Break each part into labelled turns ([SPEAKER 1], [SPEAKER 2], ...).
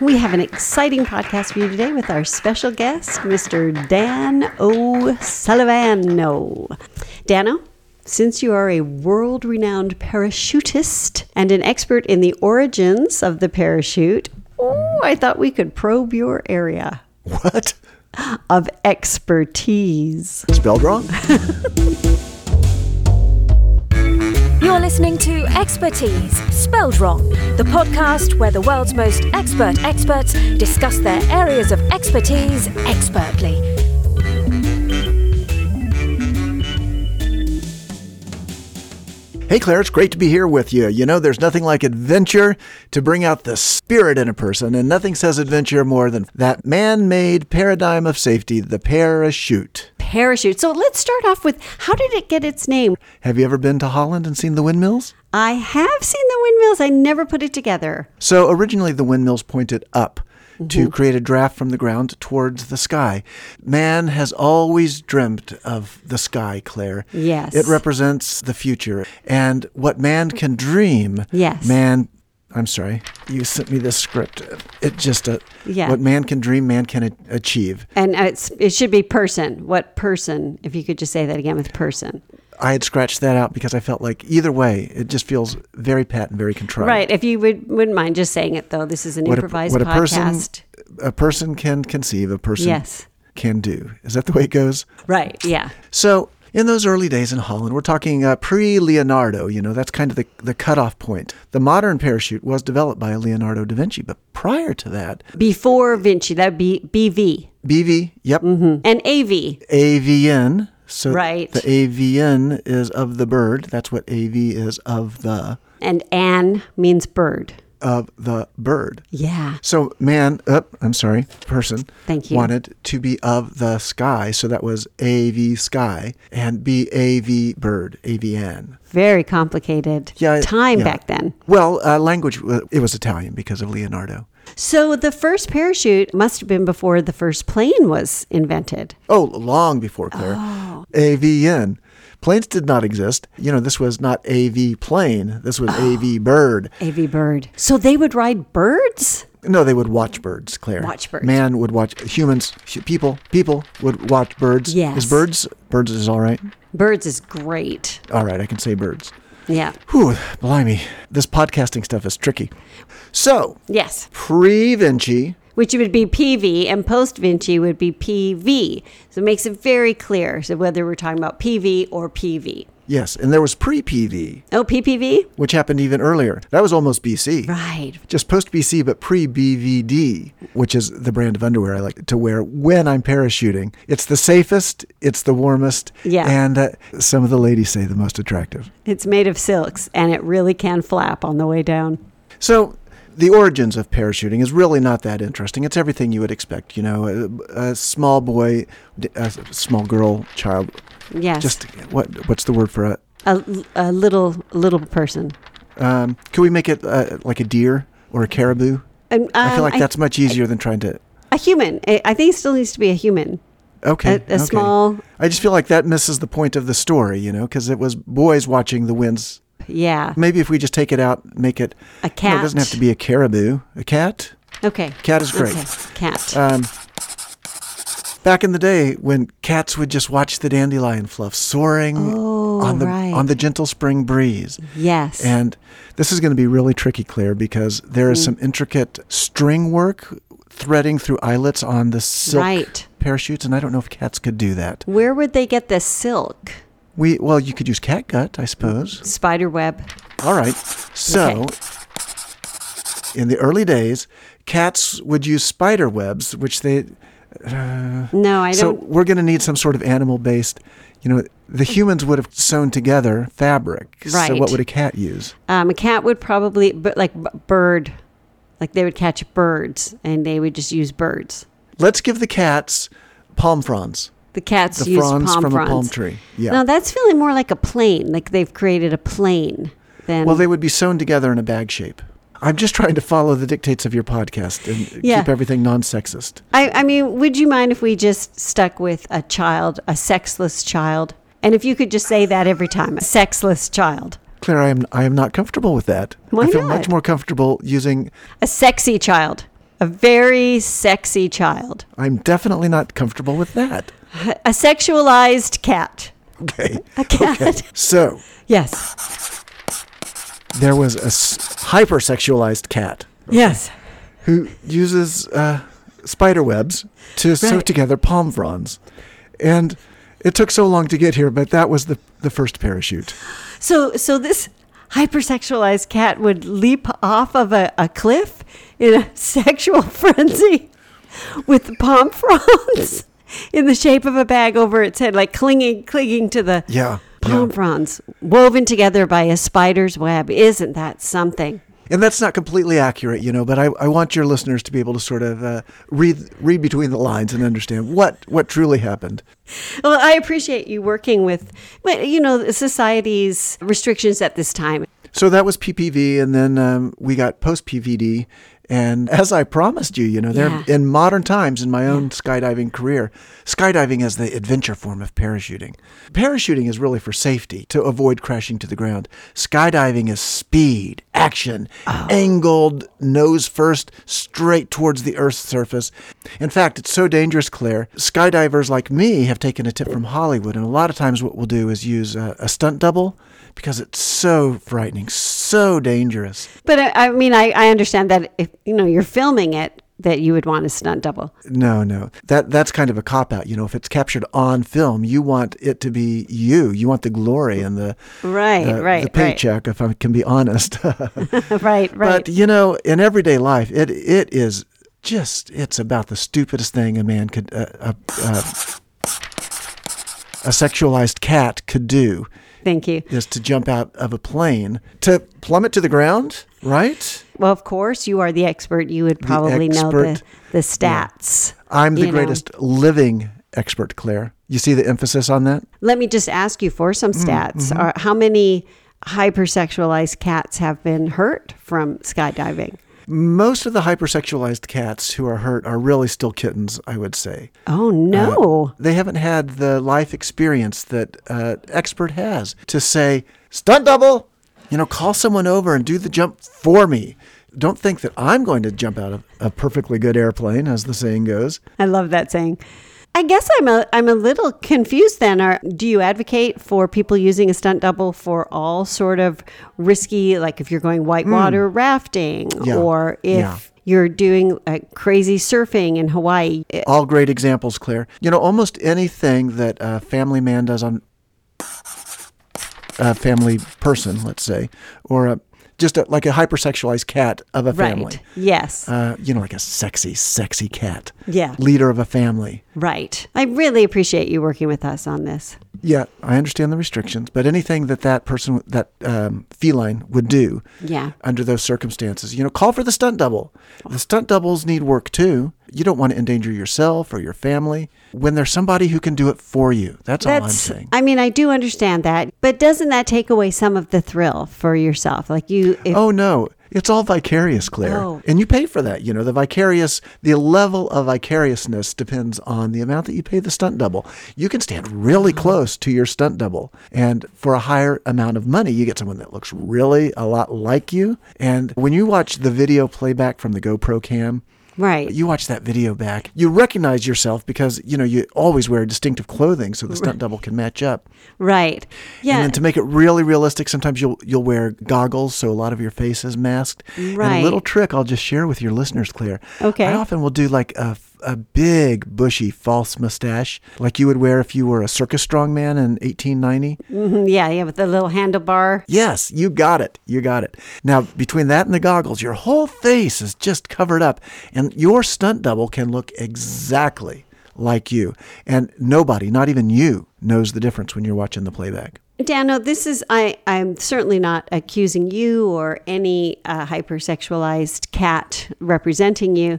[SPEAKER 1] We have an exciting podcast for you today with our special guest, Mr. Dan O'Sullivano. Dano, since you are a world renowned parachutist and an expert in the origins of the parachute, ooh, I thought we could probe your area
[SPEAKER 2] What?
[SPEAKER 1] of expertise.
[SPEAKER 2] Spelled wrong?
[SPEAKER 3] You're listening to Expertise, spelled wrong, the podcast where the world's most expert experts discuss their areas of expertise expertly.
[SPEAKER 2] hey, Claire, it's great to be here with you. You know, there's nothing like adventure to bring out the spirit in a person, and nothing says adventure more than that man made paradigm of safety, the parachute.
[SPEAKER 1] Parachute. So let's start off with how did it get its name?
[SPEAKER 2] Have you ever been to Holland and seen the windmills?
[SPEAKER 1] I have seen the windmills, I never put it together.
[SPEAKER 2] So originally, the windmills pointed up
[SPEAKER 1] Mm-hmm.
[SPEAKER 2] to create a draft from the ground towards the sky. Man has always dreamt of the sky, Claire.
[SPEAKER 1] Yes.
[SPEAKER 2] It represents the future. And what man can dream,
[SPEAKER 1] Yes.
[SPEAKER 2] man. I'm sorry. You sent me this script. It just uh,
[SPEAKER 1] Yeah.
[SPEAKER 2] What man can dream, man can a- achieve.
[SPEAKER 1] And it's, it should be person. What person? If you could just say that again with person.
[SPEAKER 2] I had scratched that out because I felt like either way, it just feels very pat and very contrived.
[SPEAKER 1] Right. If you would, wouldn't mind just saying it, though. This is an
[SPEAKER 2] What a-
[SPEAKER 1] improvised
[SPEAKER 2] what a person
[SPEAKER 1] podcast.
[SPEAKER 2] a person can conceive, a person
[SPEAKER 1] Yes.
[SPEAKER 2] can do. Is that the way it goes?
[SPEAKER 1] Right. Yeah.
[SPEAKER 2] So, in those early days in Holland, we're talking uh, pre Leonardo, you know, that's kind of the, the cutoff point. The modern parachute was developed by Leonardo da Vinci, but prior to that,
[SPEAKER 1] Before Vinci, that would be BV
[SPEAKER 2] BV, yep,
[SPEAKER 1] and AV.
[SPEAKER 2] AVN. So,
[SPEAKER 1] Mm-hmm. Right.
[SPEAKER 2] the AVN is of the bird. That's what AV is of the
[SPEAKER 1] And Anne means bird.
[SPEAKER 2] of the bird.
[SPEAKER 1] Yeah.
[SPEAKER 2] So man, uh, I'm sorry, person.
[SPEAKER 1] Thank you.
[SPEAKER 2] Wanted to be of the sky, so that was A V sky and B A V bird, A V N.
[SPEAKER 1] Very complicated
[SPEAKER 2] Yeah,
[SPEAKER 1] time
[SPEAKER 2] yeah.
[SPEAKER 1] back then.
[SPEAKER 2] Well, uh, language uh, it was Italian because of Leonardo.
[SPEAKER 1] So the first parachute must have been before the first plane was invented.
[SPEAKER 2] Oh, long before Claire.
[SPEAKER 1] Oh.
[SPEAKER 2] A V N. Planes did not exist. You know, this was not A V plane. This was A V bird.
[SPEAKER 1] AV bird. So they would ride birds?
[SPEAKER 2] No, they would watch birds, Claire.
[SPEAKER 1] Watch birds.
[SPEAKER 2] Man would watch humans. hu- People, people would watch birds.
[SPEAKER 1] Yes.
[SPEAKER 2] Is birds birds is all right.
[SPEAKER 1] Birds is great.
[SPEAKER 2] All right, I can say birds.
[SPEAKER 1] Yeah.
[SPEAKER 2] Whew, blimey. This podcasting stuff is tricky. So,
[SPEAKER 1] Yes.
[SPEAKER 2] pre Vinci,
[SPEAKER 1] which would be PV, and post Vinci would be PV. So it makes it very clear so whether we're talking about PV or PV.
[SPEAKER 2] yes, and there was pre PV,
[SPEAKER 1] Oh, PPV?
[SPEAKER 2] which happened even earlier. That was almost BC.
[SPEAKER 1] Right.
[SPEAKER 2] Just post BC, but pre BVD, which is the brand of underwear I like to wear when I'm parachuting. It's the safest, it's the warmest,
[SPEAKER 1] Yeah.
[SPEAKER 2] and uh, some of the ladies say the most attractive.
[SPEAKER 1] It's made of silks and it really can flap on the way down.
[SPEAKER 2] So the origins of parachuting is really not that interesting. It's everything you would expect. You know, a, a small boy, a small girl, child.
[SPEAKER 1] Yes.
[SPEAKER 2] Just what? What's the word for it?
[SPEAKER 1] a, a little little person.
[SPEAKER 2] Um, can we make it uh, like a deer or a caribou?
[SPEAKER 1] And,
[SPEAKER 2] I feel
[SPEAKER 1] um,
[SPEAKER 2] like that's much easier than trying to.
[SPEAKER 1] a human. I I think it still needs to be a human. a
[SPEAKER 2] Okay. okay.
[SPEAKER 1] small-
[SPEAKER 2] I just feel like that misses the point of the story, you know, because it was boys watching the winds.
[SPEAKER 1] Yeah.
[SPEAKER 2] Maybe if we just take it out, make it.
[SPEAKER 1] A
[SPEAKER 2] No, it doesn't have
[SPEAKER 1] cat.
[SPEAKER 2] to be a caribou. A cat?
[SPEAKER 1] Okay.
[SPEAKER 2] Cat is great.
[SPEAKER 1] Okay. Cat.
[SPEAKER 2] Um, back in the day when cats would just watch the dandelion fluff soaring
[SPEAKER 1] Oh,
[SPEAKER 2] on the
[SPEAKER 1] right.
[SPEAKER 2] on the gentle spring breeze.
[SPEAKER 1] yes. Mm.
[SPEAKER 2] And this is going to be really tricky, Claire, because there is some intricate string work threading through eyelets on the silk
[SPEAKER 1] Right.
[SPEAKER 2] parachutes, and I don't know if cats could do that.
[SPEAKER 1] Where would they get the silk?
[SPEAKER 2] We well, you could use cat gut, I suppose.
[SPEAKER 1] Spider web.
[SPEAKER 2] All right. So, in the early days, cats would use spider webs, which they
[SPEAKER 1] No, I
[SPEAKER 2] so
[SPEAKER 1] don't. Mm.
[SPEAKER 2] we're going to need some sort of animal based you know the humans would have sewn together fabric so
[SPEAKER 1] Right.
[SPEAKER 2] what would a cat use
[SPEAKER 1] Um, a cat would probably, but like b- bird, like they would catch birds and they would just use birds.
[SPEAKER 2] let's give the cats palm fronds
[SPEAKER 1] The cats
[SPEAKER 2] The
[SPEAKER 1] use
[SPEAKER 2] fronds
[SPEAKER 1] palm
[SPEAKER 2] from a palm
[SPEAKER 1] fronds.
[SPEAKER 2] tree, yeah.
[SPEAKER 1] Now that's feeling more like a plane, like they've created a plane. Then
[SPEAKER 2] well they would be sewn together in a bag shape i'm just trying to follow the dictates of your podcast and
[SPEAKER 1] Yeah.
[SPEAKER 2] keep everything non-sexist
[SPEAKER 1] I, I mean, would you mind if we just stuck with a child, a sexless child? And if you could just say that every time, a sexless child,
[SPEAKER 2] claire i am i am not comfortable with that
[SPEAKER 1] Why
[SPEAKER 2] i feel
[SPEAKER 1] not?
[SPEAKER 2] much more comfortable using
[SPEAKER 1] a sexy child, a a very sexy child,
[SPEAKER 2] I'm definitely not comfortable with that.
[SPEAKER 1] a sexualized cat.
[SPEAKER 2] Okay.
[SPEAKER 1] A cat.
[SPEAKER 2] So
[SPEAKER 1] Yes.
[SPEAKER 2] there was a s- hypersexualized cat
[SPEAKER 1] Yes.
[SPEAKER 2] who uses uh, spider webs to sew
[SPEAKER 1] Right.
[SPEAKER 2] together palm fronds. And it took so long to get here, but that was the, the first parachute.
[SPEAKER 1] So so this hypersexualized cat would leap off of a, a cliff in a sexual frenzy with the palm fronds in the shape of a bag over its head, like clinging clinging to the
[SPEAKER 2] Yeah,
[SPEAKER 1] palm
[SPEAKER 2] yeah.
[SPEAKER 1] fronds woven together by a spider's web. Isn't that something?
[SPEAKER 2] And that's not completely accurate, you know, but I, I want your listeners to be able to sort of uh, read, read between the lines and understand what, what truly happened.
[SPEAKER 1] Well, I appreciate you working with, but, you know, society's restrictions at this time.
[SPEAKER 2] So that was PPV, and then um, we got post PVD. And as I promised you, you know, there
[SPEAKER 1] Yeah.
[SPEAKER 2] in modern times in my own skydiving career, skydiving is the adventure form of parachuting. Parachuting is really for safety to avoid crashing to the ground. Skydiving is speed, action, angled nose first straight towards the Earth's surface. In fact, it's so dangerous, Claire. Skydivers like me have taken a tip from Hollywood, and a lot of times what we'll do is use a, a stunt double because it's so frightening, so dangerous.
[SPEAKER 1] But uh, I, I mean, I, I understand that if, you know, you're filming it, that you would want a stunt double.
[SPEAKER 2] No, no. That that's kind of a cop out, you know, if it's captured on film, you want it to be you. You want the glory and the
[SPEAKER 1] Right,
[SPEAKER 2] uh,
[SPEAKER 1] right,
[SPEAKER 2] the
[SPEAKER 1] right.
[SPEAKER 2] paycheck if I can be honest.
[SPEAKER 1] right, right.
[SPEAKER 2] But you know, in everyday life, it it is just it's about the stupidest thing a man could uh, uh, uh, a sexualized cat could do
[SPEAKER 1] Thank you.
[SPEAKER 2] is to jump out of a plane to plummet to the ground, right?
[SPEAKER 1] Well, of course, you are the expert. You would probably know the,
[SPEAKER 2] expert.
[SPEAKER 1] the stats.
[SPEAKER 2] I'm the
[SPEAKER 1] you know.
[SPEAKER 2] greatest living expert, Claire. You see the emphasis on that?
[SPEAKER 1] Let me just ask you for some
[SPEAKER 2] Mm,
[SPEAKER 1] stats.
[SPEAKER 2] mm-hmm.
[SPEAKER 1] Are, how many hypersexualized cats have been hurt from skydiving?
[SPEAKER 2] Most of the hypersexualized cats who are hurt are really still kittens, I would say. Uh,
[SPEAKER 1] Oh, no.
[SPEAKER 2] They haven't had the life experience that uh, expert has to say, stunt double, you know, call someone over and do the jump for me. Don't think that I'm going to jump out of a perfectly good airplane, as the saying goes.
[SPEAKER 1] I love that saying. I guess I'm a I'm a little confused then. Are do you advocate for people using a stunt double for all sort of risky, like if you're going whitewater rafting
[SPEAKER 2] Hmm. Yeah.
[SPEAKER 1] or if
[SPEAKER 2] Yeah.
[SPEAKER 1] you're doing uh, crazy surfing in Hawaii? Eh,
[SPEAKER 2] All great examples, Claire. You know, almost anything that a family man does on a family person, let's say, or a, just a, like a hypersexualized cat of a family.
[SPEAKER 1] Right. Yes.
[SPEAKER 2] Uh, you know, like a sexy, sexy cat.
[SPEAKER 1] Yeah.
[SPEAKER 2] Leader of a family.
[SPEAKER 1] right. I really appreciate you working with us on this.
[SPEAKER 2] Yeah, I understand the restrictions, but anything that that person, that um, feline would do
[SPEAKER 1] Yeah.
[SPEAKER 2] under those circumstances, you know, call for the stunt double. The stunt doubles need work too. You don't want to endanger yourself or your family when there's somebody who can do it for you. That's, all Oh, I'm saying.
[SPEAKER 1] I mean, I do understand that, but doesn't that take away some of the thrill for yourself? Like you, if,
[SPEAKER 2] Oh no, it's all vicarious, Claire.
[SPEAKER 1] Oh.
[SPEAKER 2] And you pay for that. You know, the vicarious, the level of vicariousness depends on the amount that you pay the stunt double. You can stand really close to your stunt double. And for a higher amount of money, you get someone that looks really a lot like you. And when you watch the video playback from the GoPro cam,
[SPEAKER 1] right.
[SPEAKER 2] you watch that video back, you recognize yourself because, you know, you always wear distinctive clothing so the stunt double can match up.
[SPEAKER 1] right. Yeah.
[SPEAKER 2] And then to make it really realistic, sometimes you'll you'll wear goggles, so a lot of your face is masked. And a
[SPEAKER 1] Right.
[SPEAKER 2] little trick I'll just share with your listeners, Claire.
[SPEAKER 1] Okay.
[SPEAKER 2] I often will do like a a big bushy false mustache, like you would wear if you were a circus strongman in 1890.
[SPEAKER 1] Mhm. yeah. Yeah. With the little handlebar.
[SPEAKER 2] Yes, you got it. You got it. Now, between that and the goggles, your whole face is just covered up, and your stunt double can look exactly like you. And nobody, not even you, knows the difference when you're watching the playback.
[SPEAKER 1] Dano, this is I. I'm certainly not accusing you or any uh, hypersexualized cat representing you.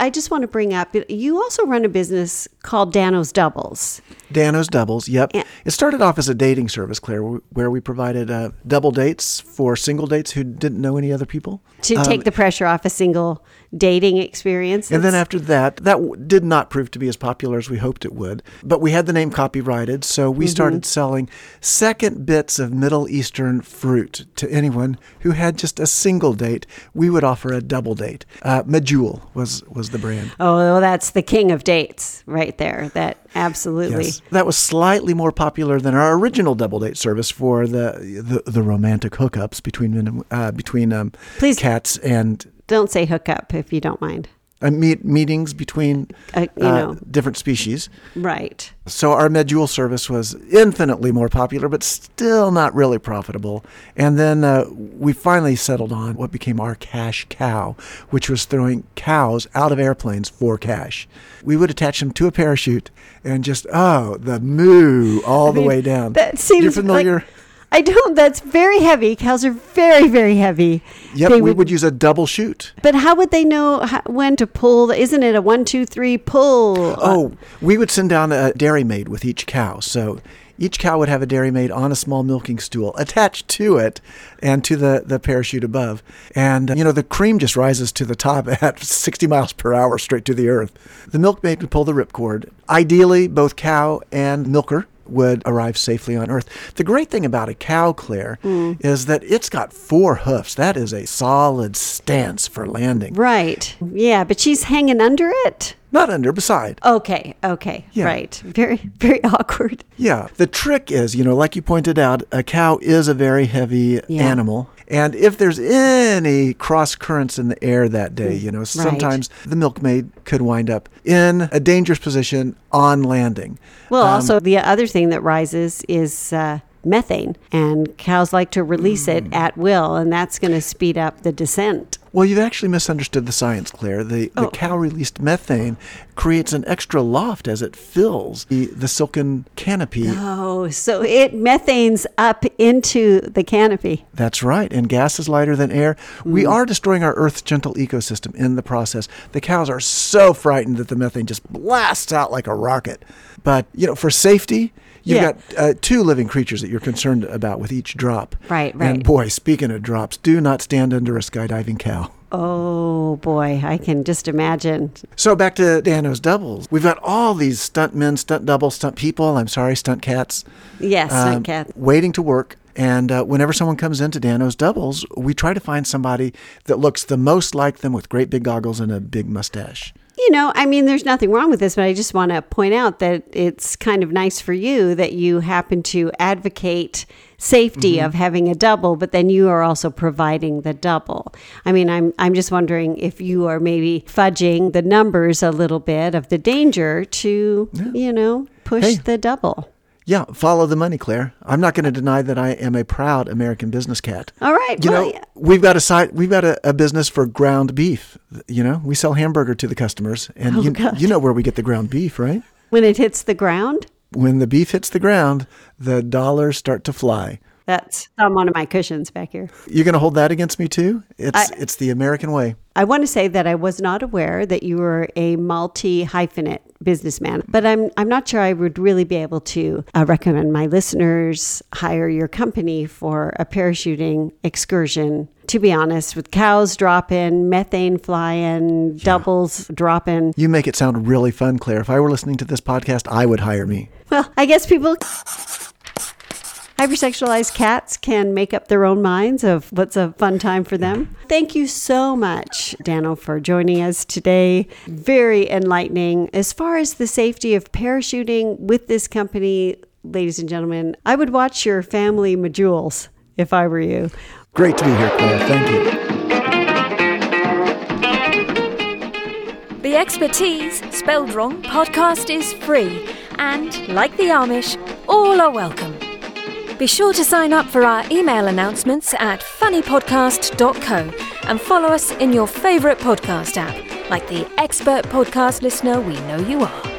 [SPEAKER 1] I just want to bring up you also run a business called Dano's Doubles.
[SPEAKER 2] Dano's Doubles, yep. It started off as a dating service, Claire, wh- where we provided uh, double dates for single dates who didn't know any other people.
[SPEAKER 1] to take the pressure off a single dating experience.
[SPEAKER 2] Um, And then
[SPEAKER 1] It's-
[SPEAKER 2] after that, that w- did not prove to be as popular as we hoped it would. But we had the name copyrighted, so we started selling second bits of Middle Eastern fruit to anyone who had just a single date. We would offer a double date. Uh, Medjool was was the brand.
[SPEAKER 1] oh, well, that's the king of dates right there. That absolutely.
[SPEAKER 2] Yes, that was slightly more popular than our original double date service for the the, the romantic hookups between men and, uh, between um,
[SPEAKER 1] Please.
[SPEAKER 2] cats and
[SPEAKER 1] Don't say hook up if you don't mind.
[SPEAKER 2] uh, meet meetings between
[SPEAKER 1] Uh, you
[SPEAKER 2] uh,
[SPEAKER 1] know.
[SPEAKER 2] different species.
[SPEAKER 1] Right.
[SPEAKER 2] So our medjool service was infinitely more popular, but still not really profitable. And then uh, we finally settled on what became our cash cow, which was throwing cows out of airplanes for cash. We would attach them to a parachute and just oh, the moo all
[SPEAKER 1] I
[SPEAKER 2] the
[SPEAKER 1] mean,
[SPEAKER 2] way down.
[SPEAKER 1] That seems
[SPEAKER 2] You're
[SPEAKER 1] like-
[SPEAKER 2] familiar.
[SPEAKER 1] I don't. That's very heavy. Cows are very, very heavy.
[SPEAKER 2] yep,
[SPEAKER 1] They
[SPEAKER 2] we would use a double shoot.
[SPEAKER 1] But how would they know how, when to pull? Isn't it a one, two, three pull? Uh,
[SPEAKER 2] Oh, we would send down a dairy maid with each cow. So each cow would have a dairy maid on a small milking stool attached to it and to the, the parachute above. And, uh, you know, the cream just rises to the top at 60 miles per hour straight to the earth. The milkmaid would pull the ripcord. Ideally, both cow and milker would arrive safely on Earth. The great thing about a cow, Claire, is that it's got four hoofs. That is a solid stance for landing.
[SPEAKER 1] right. Yeah, but she's hanging under it.
[SPEAKER 2] Not under, beside.
[SPEAKER 1] Okay. Okay.
[SPEAKER 2] Yeah.
[SPEAKER 1] Right. Very, very awkward.
[SPEAKER 2] Yeah. The trick is, you know, like you pointed out, a cow is a very heavy
[SPEAKER 1] Yeah.
[SPEAKER 2] animal. And if there's any cross currents in the air that day, you know, sometimes the milkmaid could wind up in a dangerous position on landing.
[SPEAKER 1] Well, also the other thing that rises is uh, methane, and cows like to release it at will, and that's going to speed up the descent.
[SPEAKER 2] Well, you've actually misunderstood the science, Claire. The, the cow released methane creates an extra loft as it fills the, the silken canopy.
[SPEAKER 1] Oh, so it methane's up into the canopy.
[SPEAKER 2] That's right. And gas is lighter than air.
[SPEAKER 1] Mm.
[SPEAKER 2] We are destroying our Earth's gentle ecosystem in the process. The cows are so frightened that the methane just blasts out like a rocket. But, you know, for safety, you've
[SPEAKER 1] Yeah.
[SPEAKER 2] got uh, two living creatures that you're concerned about with each drop.
[SPEAKER 1] Right,
[SPEAKER 2] And
[SPEAKER 1] right.
[SPEAKER 2] boy, speaking of drops, do not stand under a skydiving cow.
[SPEAKER 1] Oh boy, I can just imagine.
[SPEAKER 2] So back to Dano's doubles. We've got all these stunt men, stunt doubles, stunt people. I'm sorry, stunt cats.
[SPEAKER 1] Yes,
[SPEAKER 2] um,
[SPEAKER 1] I can.
[SPEAKER 2] waiting to work. And uh, whenever someone comes into Dano's doubles, we try to find somebody that looks the most like them with great big goggles and a big mustache.
[SPEAKER 1] You know, I mean, there's nothing wrong with this, but I just want to point out that it's kind of nice for you that you happen to advocate safety
[SPEAKER 2] Mm-hmm.
[SPEAKER 1] of having a double, but then you are also providing the double. I mean, I'm I'm just wondering if you are maybe fudging the numbers a little bit of the danger to you know push
[SPEAKER 2] Hey.
[SPEAKER 1] the double.
[SPEAKER 2] Yeah, follow the money, Claire. I'm not going to deny that I am a proud American business cat.
[SPEAKER 1] All right,
[SPEAKER 2] You
[SPEAKER 1] well,
[SPEAKER 2] know,
[SPEAKER 1] yeah.
[SPEAKER 2] we've got a side, we've got a, a business for ground beef. You know, we sell hamburger to the customers, and you,
[SPEAKER 1] Oh, God.
[SPEAKER 2] you know where we get the ground beef, right?
[SPEAKER 1] When it hits the ground,
[SPEAKER 2] When the beef hits the ground, the dollars start to fly.
[SPEAKER 1] that's on one of my cushions back here.
[SPEAKER 2] You're going to hold that against me too? It's
[SPEAKER 1] I-
[SPEAKER 2] it's the American way.
[SPEAKER 1] I want to say that I was not aware that you were a multi hyphenate businessman, but I'm I'm not sure I would really be able to uh, recommend my listeners hire your company for a parachuting excursion. To be honest, with cows dropping, methane flying, doubles dropping.
[SPEAKER 2] You make it sound really fun, Claire. If I were listening to this podcast, I would hire me.
[SPEAKER 1] Well, I guess people. Hypersexualized cats can make up their own minds of what's a fun time for them. Thank you so much, Dano, for joining us today. Very enlightening. As far as the safety of parachuting with this company, ladies and gentlemen, I would watch your family medjool if I were you.
[SPEAKER 2] Great to be here, Claire. Thank you.
[SPEAKER 3] The Expertise Spelled Wrong podcast is free, and like the Amish, all are welcome. Be sure to sign up for our email announcements at funnypodcast.co and follow us in your favourite podcast app, like the expert podcast listener we know you are.